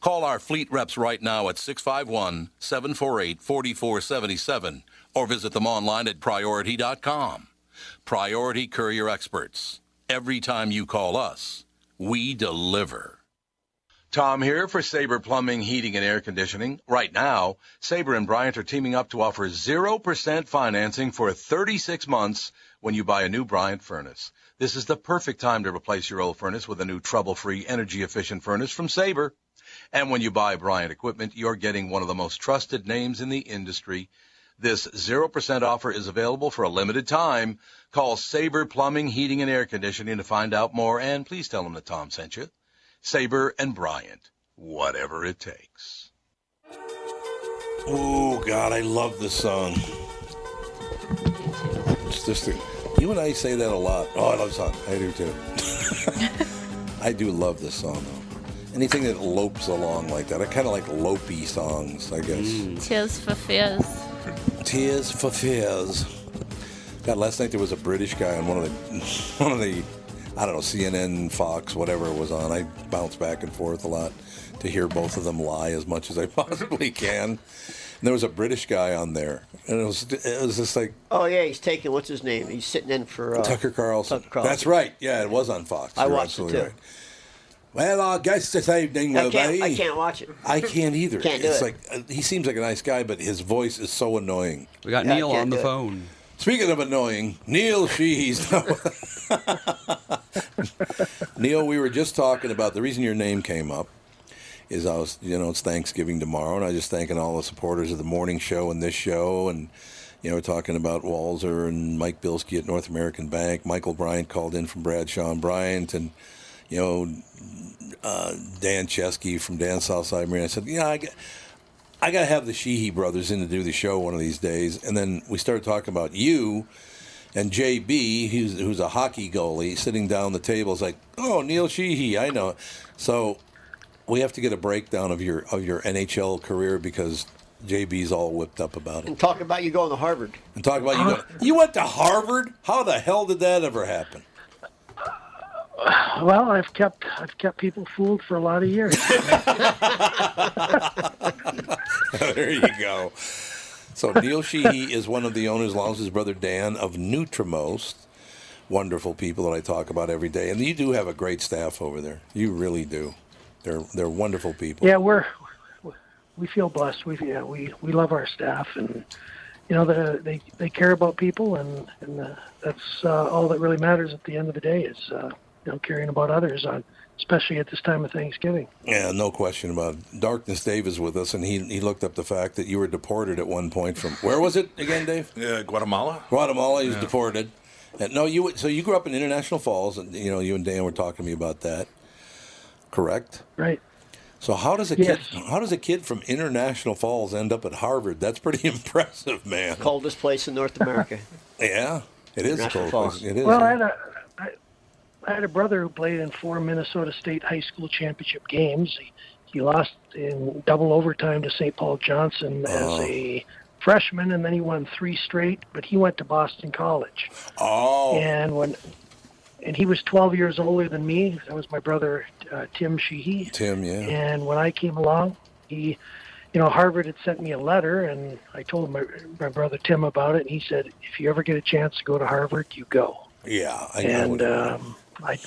Call our fleet reps right now at 651 748 4477 or visit them online at priority.com. Priority Courier Experts. Every time you call us, we deliver. Tom here for Sabre Plumbing, Heating, and Air Conditioning. Right now, Sabre and Bryant are teaming up to offer 0% financing for 36 months when you buy a new Bryant furnace. This is the perfect time to replace your old furnace with a new trouble-free, energy-efficient furnace from Sabre. And when you buy Bryant equipment, you're getting one of the most trusted names in the industry. This 0% offer is available for a limited time. Call Sabre Plumbing, Heating, and Air Conditioning to find out more, and please tell them that Tom sent you. Saber and Bryant, whatever it takes. Oh God, I love this song. It's just a, you and I say that a lot. Oh, I love this song. I do too. I do love this song though. Anything that lopes along like that, I kind of like lopey songs, I guess. Tears for fears. Tears for Fears. God, last night there was a British guy on one of the, one of the, I don't know, CNN, Fox, whatever it was on. I bounce back and forth a lot to hear both of them lie as much as I possibly can. And there was a British guy on there, and it was it was just like Oh yeah, he's taking what's his name? He's sitting in for uh, Tucker Carlson. Tucker Carlson. That's right. Yeah, it was on Fox. I You're watched it absolutely too. right. Well, I guess this evening I will can't, be. I can't watch it. I can't either. Can't do it's it. like uh, he seems like a nice guy, but his voice is so annoying. We got Yeah, I Neil can't on the do it. phone. Speaking of annoying, Neil Sheehy's. Neil, we were just talking about the reason your name came up is I was, you know, it's Thanksgiving tomorrow, and I was just thanking all the supporters of the morning show and this show, and you know, we're talking about Walzer and Mike Bilski at North American Bank. Michael Bryant called in from Bradshaw and Bryant, and you know, uh, Dan Chesky from Dan Southside Marine. I said, you know, I. Get, I got to have the Sheehy brothers in to do the show one of these days. And then we started talking about you and JB, who's, who's a hockey goalie, sitting down the table. Is like, oh, Neil Sheehy, I know. So we have to get a breakdown of your of your NHL career because JB's all whipped up about it. And talk about you going to Harvard. And talk about you going, you went to Harvard? How the hell did that ever happen? Well, I've kept I've kept people fooled for a lot of years. there you go. So Neil Sheehy is one of the owners, along with his brother Dan of Nutrimost. Wonderful people that I talk about every day, and you do have a great staff over there. You really do. They're they're wonderful people. yeah, we're we feel blessed. We yeah, we we love our staff, and you know the, they they care about people, and and uh that's uh, all that really matters at the end of the day is uh, you know caring about others on especially at this time of Thanksgiving. Yeah, no question about it. Darkness Dave is with us, and he he looked up the fact that you were deported at one point from where was it again, Dave? Yeah, Guatemala. Guatemala. He was Yeah. deported. And no, you so you grew up in International Falls, and you know you and Dan were talking to me about that. Correct. Right. So how does a Yes. kid how does a kid from International Falls end up at Harvard? That's pretty impressive, man. Coldest place in North America. Yeah, it is International cold. Falls. place. It is. well, I had a I, I had a brother who played in four Minnesota State high school championship games. He, he lost in double overtime to St. Paul Johnson as Oh. a freshman, and then he won three straight. But he went to Boston College. Oh. And when and he was 12 years older than me. That was my brother uh, Tim Sheehy. Tim, yeah. And when I came along, he, you know, Harvard had sent me a letter, and I told my, my brother Tim about it, and he said, if you ever get a chance to go to Harvard, you go. yeah, I know. and what- um, I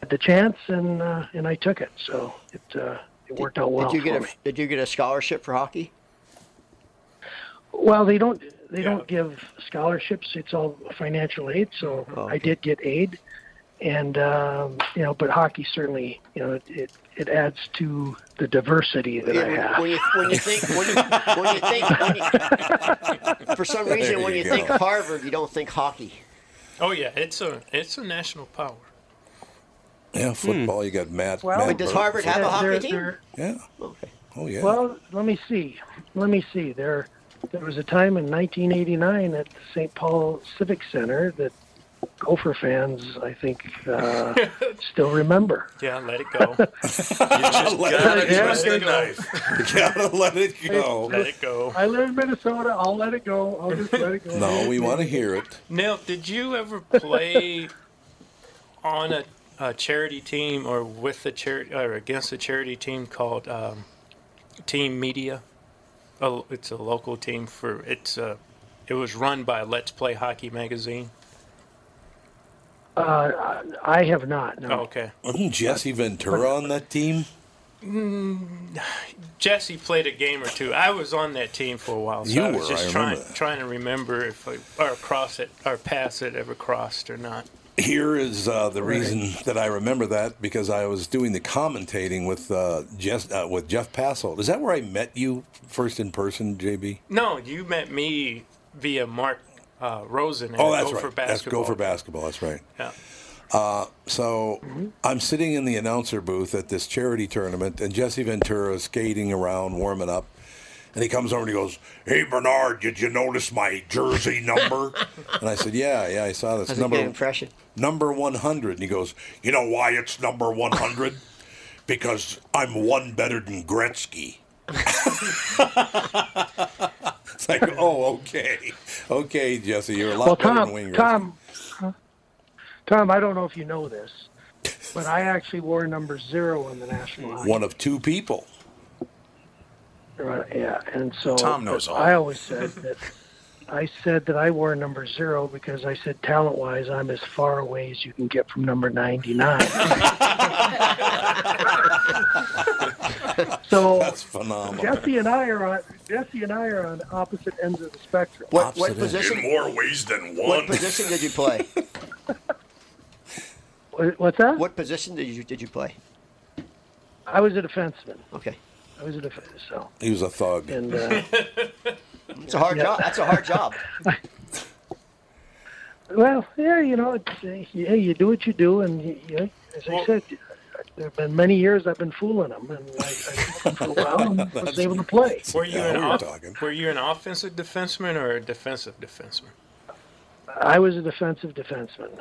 had the chance, and uh, and I took it, so it uh, it worked out well did you for get me. a Did you get a scholarship for hockey? Well, they don't they don't give scholarships. It's all financial aid. So Oh, I did get aid, and um, you know, but hockey certainly you know it it, it adds to the diversity that I Yeah, have. when, when you when you think when you, when you think when you, for some reason There when you you go. think Harvard you don't think hockey. Oh yeah, it's a it's a national power. yeah, football. You got Matt. Hmm. Well, Matt Wait, does Bur- Harvard have a hockey They're- team? they're- Yeah. Oh yeah. Well, let me see. Let me see. There, there was a time in 1989 at the St. Paul Civic Center that Gopher fans, I think, uh, still remember. Yeah, let it go. You just gotta Yeah. twist the Let it go. knife. You gotta let it go. Let it go. I live in Minnesota. I'll let it go. I'll just let it go. no, we want to hear it. Now, did you ever play on a, a charity team or with a charity or against a charity team called um, Team Media? Oh, it's a local team for it's. Uh, it was run by Let's Play Hockey magazine. Uh, I have not. No. okay. Oh, Wasn't Jesse Ventura on that team? Mm, Jesse played a game or two. I was on that team for a while, so You I was were, just I trying remember trying to remember if I, our cross it, our pass it ever crossed or not. Here is uh, the Right. reason that I remember that because I was doing the commentating with uh, Jeff uh, with Jeff Passold. Is that where I met you first in person, JB? No, you met me via Mark uh, Rosen. at Oh, that's Go right. For That's basketball. Mm-hmm. go for basketball. That's right. Yeah. Uh, so I'm sitting in the announcer booth at this charity tournament, and Jesse Ventura is skating around, warming up, and he comes over and he goes, "Hey Bernard, did you notice my jersey number?" and I said, "Yeah, yeah, I saw this That's a number good impression. number 100." And he goes, "You know why it's number 100? because I'm one better than Gretzky." it's like, oh, okay, okay, Jesse, you're a lot well, better Tom, than Wayne Gretzky. Tom, huh? Tom, I don't know if you know this, but I actually wore number zero on the national. Hockey One of two people. Right, yeah, and so Tom knows but all. I always said that I said that I wore number zero because I said talent wise I'm as far away as you can get from number ninety nine. so that's phenomenal. Jesse and I are on Jesse and I are on opposite ends of the spectrum. What, what position? ways than What position did you play? What's that? What position did you did you play? I was a defenseman. Okay. I was a defenseman. So He was a thug. and uh, It's a hard Yeah. job. That's a hard job. Well, yeah, you know, it's, uh, yeah, you do what you do, and you, you, as I said, there have been many years I've been fooling them, and I, I fooled 'em for a while and was able to play. Were you an we were off- were you an offensive defenseman or a defensive defenseman? I was a defensive defenseman.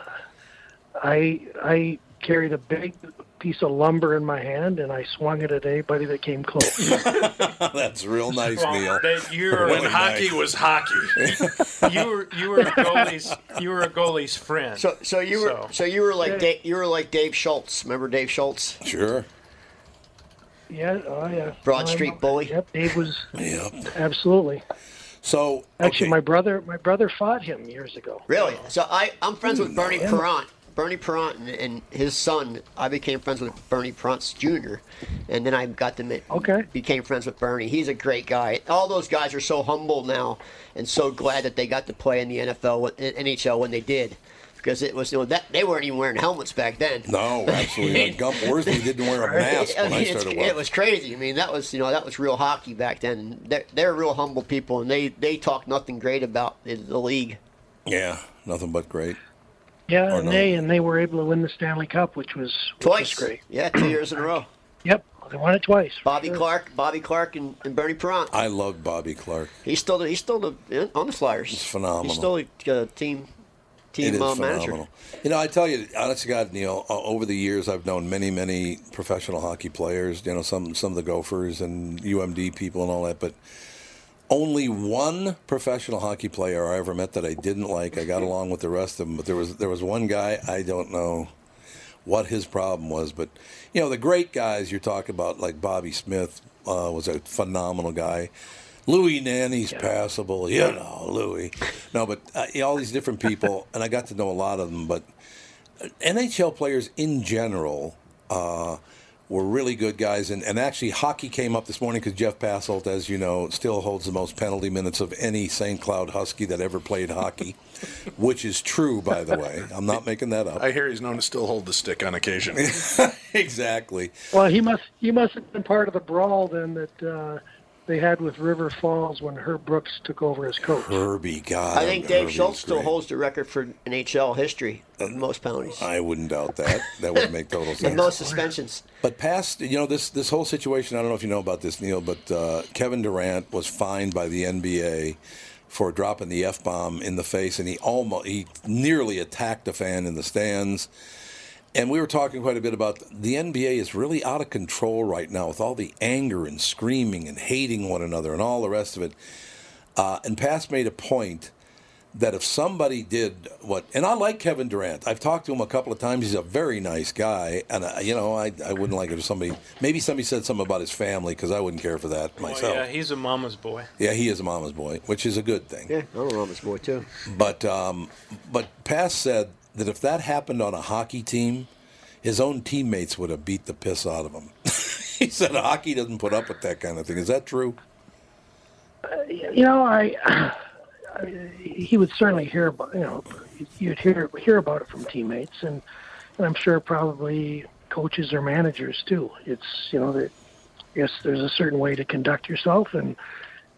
I I carried a big piece of lumber in my hand, and I swung it at anybody that came close. That's real nice, Well, Neil. that you're- Really When hockey nice. was hockey. You were you were a goalie's you were a goalie's friend. So so you were so, you were like Dave, you were like Dave Schultz. Remember Dave Schultz? Sure. yeah, oh yeah. Broad Um, Street bully. Yep, Dave was Yep. absolutely. So Actually, okay. my brother my brother fought him years ago. Really? So I, I'm friends with Bernie Yeah. Perrant. Bernie Perrant and, and his son. I became friends with Bernie Perrant Jr. And then I got to meet. Okay. Became friends with Bernie. He's a great guy. All those guys are so humble now and so glad that they got to play in the NFL, with- in NHL when they did, because it was you know, that they weren't even wearing helmets back then. No, absolutely. Like Gump Worsley didn't wear a mask I when mean, I it's- started it working. was crazy. I mean, that was you know that was real hockey back then. They're, they're real humble people, and they they talk nothing great about the, the league. Yeah, nothing but great. Yeah, Or and no. they and they were able to win the Stanley Cup, which was which was Twice. great. Yeah, two years in a row. Yep, they won it twice. Bobby Clark, Bobby Clark, and, and Bernie Perrant. I love Bobby Clark. He's still the, he's still the, on the Flyers. He's phenomenal. He's still the uh, team team It is uh, manager. phenomenal. You know, I tell you, honest to God, Neil. o- Over the years, I've known many, many professional hockey players. You know, some some of the Gophers and UMD people and all that. But only one professional hockey player I ever met that I didn't like. I got along with the rest of them, but there was there was one guy I don't know what his problem was, but you know, the great guys you're talking about, like Bobby Smith, uh, was a phenomenal guy. Louis Nanny's passable, you know, Louis. No, but uh, yeah, all these different people, and I got to know a lot of them. But NHL players in general uh, were really good guys, and, and actually hockey came up this morning because Jeff Passelt, as you know, still holds the most penalty minutes of any St. Cloud Husky that ever played hockey, which is true, by the way. I'm not making that up. I hear he's known to still hold the stick on occasion. exactly. Well, he must he must have been part of the brawl then that uh, they had with River Falls when Herb Brooks took over as coach. Herbie, God. I think Dave Herbie's Schultz still great. Uh, holds the record for NHL history of most penalties I wouldn't doubt that. That would make total and sense. most suspensions. But past, you know, this this whole situation. I don't know if you know about this, Neil, but uh, Kevin Durant was fined by the NBA for dropping the f bomb in the face, and he almost he nearly attacked a fan in the stands. And we were talking quite a bit about the NBA is really out of control right now with all the anger and screaming and hating one another and all the rest of it. Uh, and Pass made a point that if somebody did what, and I like Kevin Durant. I've talked to him a couple of times. He's a very nice guy, and I, you know, I, I wouldn't like it if somebody maybe somebody said something about his family because I wouldn't care for that myself. Well, yeah, he's a mama's boy. yeah. he is a mama's boy, which is a good thing. Yeah, I'm a Roman's boy too. But um, but Pass said that if that happened on a hockey team, his own teammates would have beat the piss out of him. he said hockey doesn't put up with that kind of thing. Is that true? you know, I, I he would certainly hear about you know you'd hear hear about it from teammates and and I'm sure probably coaches or managers too. It's you know that yes, there's a certain way to conduct yourself and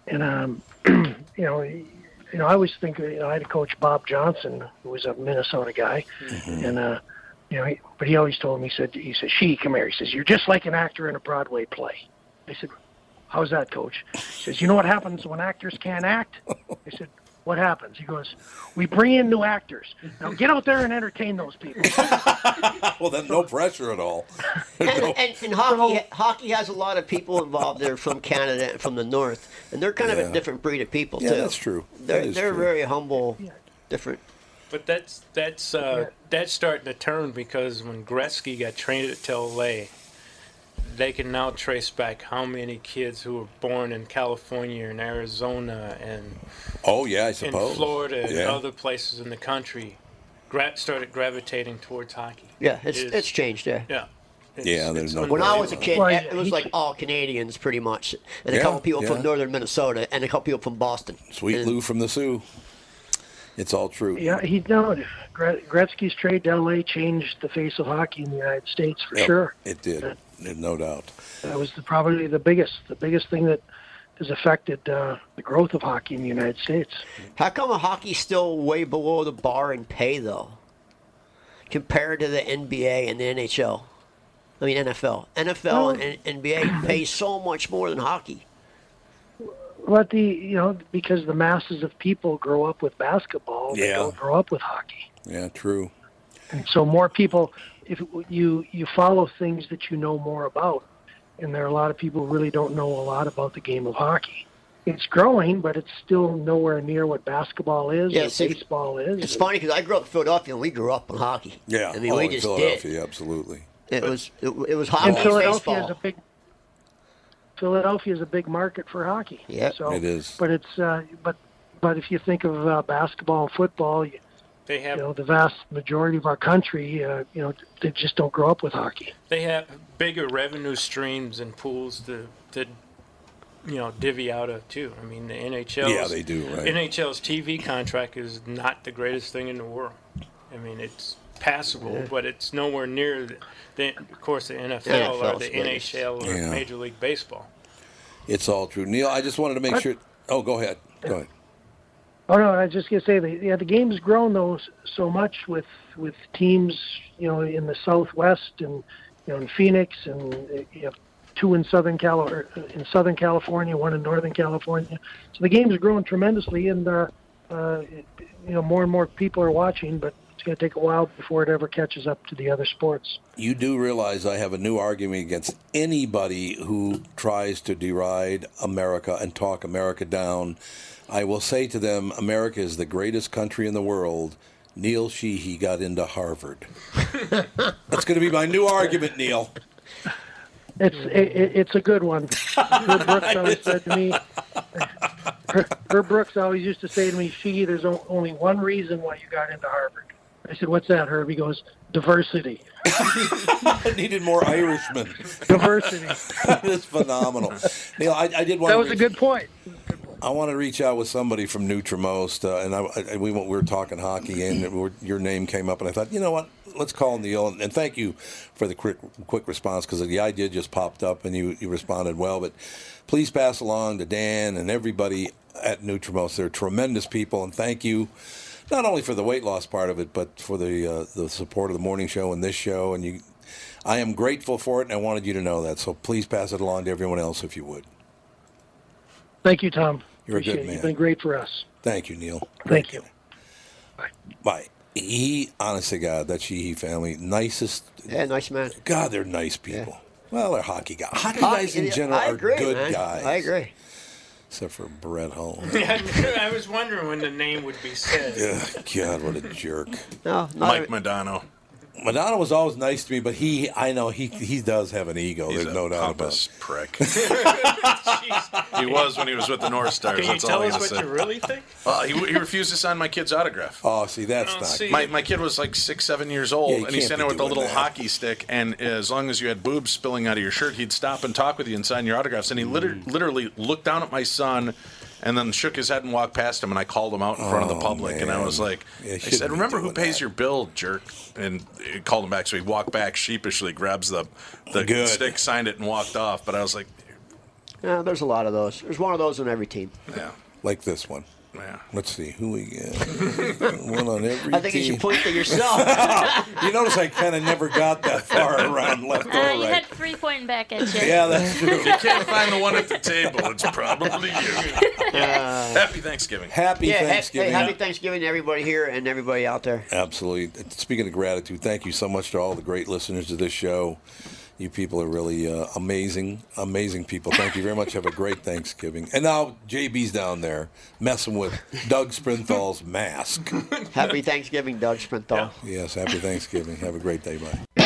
and um you know you know I always think you know I had a coach Bob Johnson who was a Minnesota guy and uh you know he, but he always told me he said he said she come here he says you're just like an actor in a Broadway play. I said How's that, coach? He says, You know what happens when actors can't act? I said, What happens? He goes, We bring in new actors. Now get out there and entertain those people. well, then no pressure at all. and, and, and hockey, hockey has a lot of people involved that are from Canada and from the north, and they're kind of Yeah. a different breed of people Yeah, too. that's true. That They're is they're true. very humble, different. But that's that's uh, that's starting to turn because when Gretzky got traded at LA, they can now trace back how many kids who were born in California and Arizona and Oh yeah, I in suppose. Florida and yeah. other places in the country gra- started gravitating towards hockey. Yeah, it's It is- it's changed. Yeah. Yeah. Yeah, there's no. When I was a kid, Well, it was like all Canadians pretty much, and a Yeah, couple people yeah. from northern Minnesota, and a couple people from Boston. Sweet Lou from the Sioux. It's all true. Yeah, he no Gre- Gretzky's trade to LA changed the face of hockey in the United States for Yep, sure. It did. There's no doubt. That was the, probably the biggest the biggest thing that has affected uh, the growth of hockey in the United States. How come a hockey's still way below the bar in pay though, compared to the NBA and the NHL? I mean NFL, NFL and NBA pay so much more than hockey. But the you know because the masses of people grow up with basketball, they Yeah. don't grow up with hockey. Yeah, true. And so more people, if you you follow things that you know more about, and there are a lot of people who really don't know a lot about the game of hockey. It's growing, but it's still nowhere near what basketball is Yeah, or see, baseball is. It's funny because I grew up in Philadelphia and we grew up on hockey. Yeah. I mean oh, we in just Philadelphia, did. absolutely. It was it, it was and hockey and Philadelphia baseball. is a big Philadelphia is a big market for hockey. Yeah, so, it is. But it's uh, but but if you think of uh, basketball and football, you, They have you know the vast majority of our country, uh, you know, they just don't grow up with hockey. they have bigger revenue streams and pools to, to you know divvy out of too. I mean the NHL. 's- Yeah, they do, right. NHL's TV contract is not the greatest thing in the world. I mean it's passable, Yeah. but it's nowhere near the, the of course the NFL or NFL's the biggest. NHL or Yeah. Major League Baseball. It's all true. Neil, I just wanted to make What? sure. Oh, go ahead. Go ahead. Oh no, I was just gonna say that yeah, the game's grown though s- so much with with teams you know in the Southwest and you know in Phoenix and uh, you have two in Southern Cal or uh, in Southern California, one in Northern California. So the game's grown tremendously, and uh, uh, it- you know more and more people are watching, but it's gonna take a while before it ever catches up to the other sports. You do realize I have a new argument against anybody who tries to deride America and talk America down. I will say to them, America is the greatest country in the world. Neil Sheehy got into Harvard. That's going to be my new argument, Neil. It's it, it, it's a good one. Herb Brooks always said to me. Her- Herb Brooks always used to say to me, "She, there's o- only one reason why you got into Harvard." I said, "What's that, Herb?" He goes, "Diversity." I needed more Irishmen. Diversity. that is phenomenal. Neil, I, I did want That to was a reach- good point. I want to reach out with somebody from Nutrimost, uh, and I, I, we, went- we were talking hockey, and it were, your name came up, and I thought, you know what, let's call Neil, and, and thank you for the quick, quick response because the idea just popped up, and you, you responded well. But please pass along to Dan and everybody at Nutrimost; they're tremendous people, and thank you not only for the weight loss part of it, but for the uh, the support of the morning show and this show, and you. I am grateful for it, and I wanted you to know that. So please pass it along to everyone else if you would. Thank you, Tom. You're a good Appreciate it. man. You've been great for us. Thank you, Neil. Thank you. Bye. He, honest to God, that Sheehy family, nicest. Yeah, nice man. God, they're nice people. Well, they're hockey guys. Hockey Hockey- guys in yeah, general I agree, are good man. guys. I agree. Except for Brett Hull. Yeah, I was wondering when the name would be said. Ugh, God, what a jerk. No, Mike not- Madonna. Madonna was always nice to me, but he, I know he he does have an ego. There's no doubt about it. prick. He was when he was with the North Stars. Can you that's tell all I us gotta what say. you really think? Well, he, he refused to sign my kid's autograph. Oh, see, that's Oh, not. see, my, my kid was like six, seven years old, Yeah, you and he can't sat be there with a doing little that. hockey stick. And as long as you had boobs spilling out of your shirt, he'd stop and talk with you and sign your autographs. And he liter- Mm. literally looked down at my son, and then shook his head and walked past him. And I called him out in front of the Oh, public, and I man. was like, Yeah, I shouldn't said, be "Remember who pays your bill, jerk?" And he called him back. So he walked back sheepishly, grabs the the Good. stick, signed it, and walked off. But I was like, Yeah, there's a lot of those. There's one of those on every team. "Yeah, Like this one. Yeah. Let's see who we get. one on every. I think you should team. point to yourself. you notice I kind of never got that far around left or Uh, you right. had three pointing back at you. Yeah, that's true. if you can't find the one at the table, it's probably you." Happy Thanksgiving. Happy yeah, ha- hey, Thanksgiving. happy Thanksgiving to everybody here and everybody out there. Absolutely. Speaking of gratitude, thank you so much to all the great listeners to this show. You people are really uh, amazing, amazing people. Thank you very much. Have a great Thanksgiving. And now JB's down there messing with Doug Sprinthal's mask. Happy Thanksgiving, Doug Sprinthal. Yes, happy Thanksgiving. Have a great day. Bye.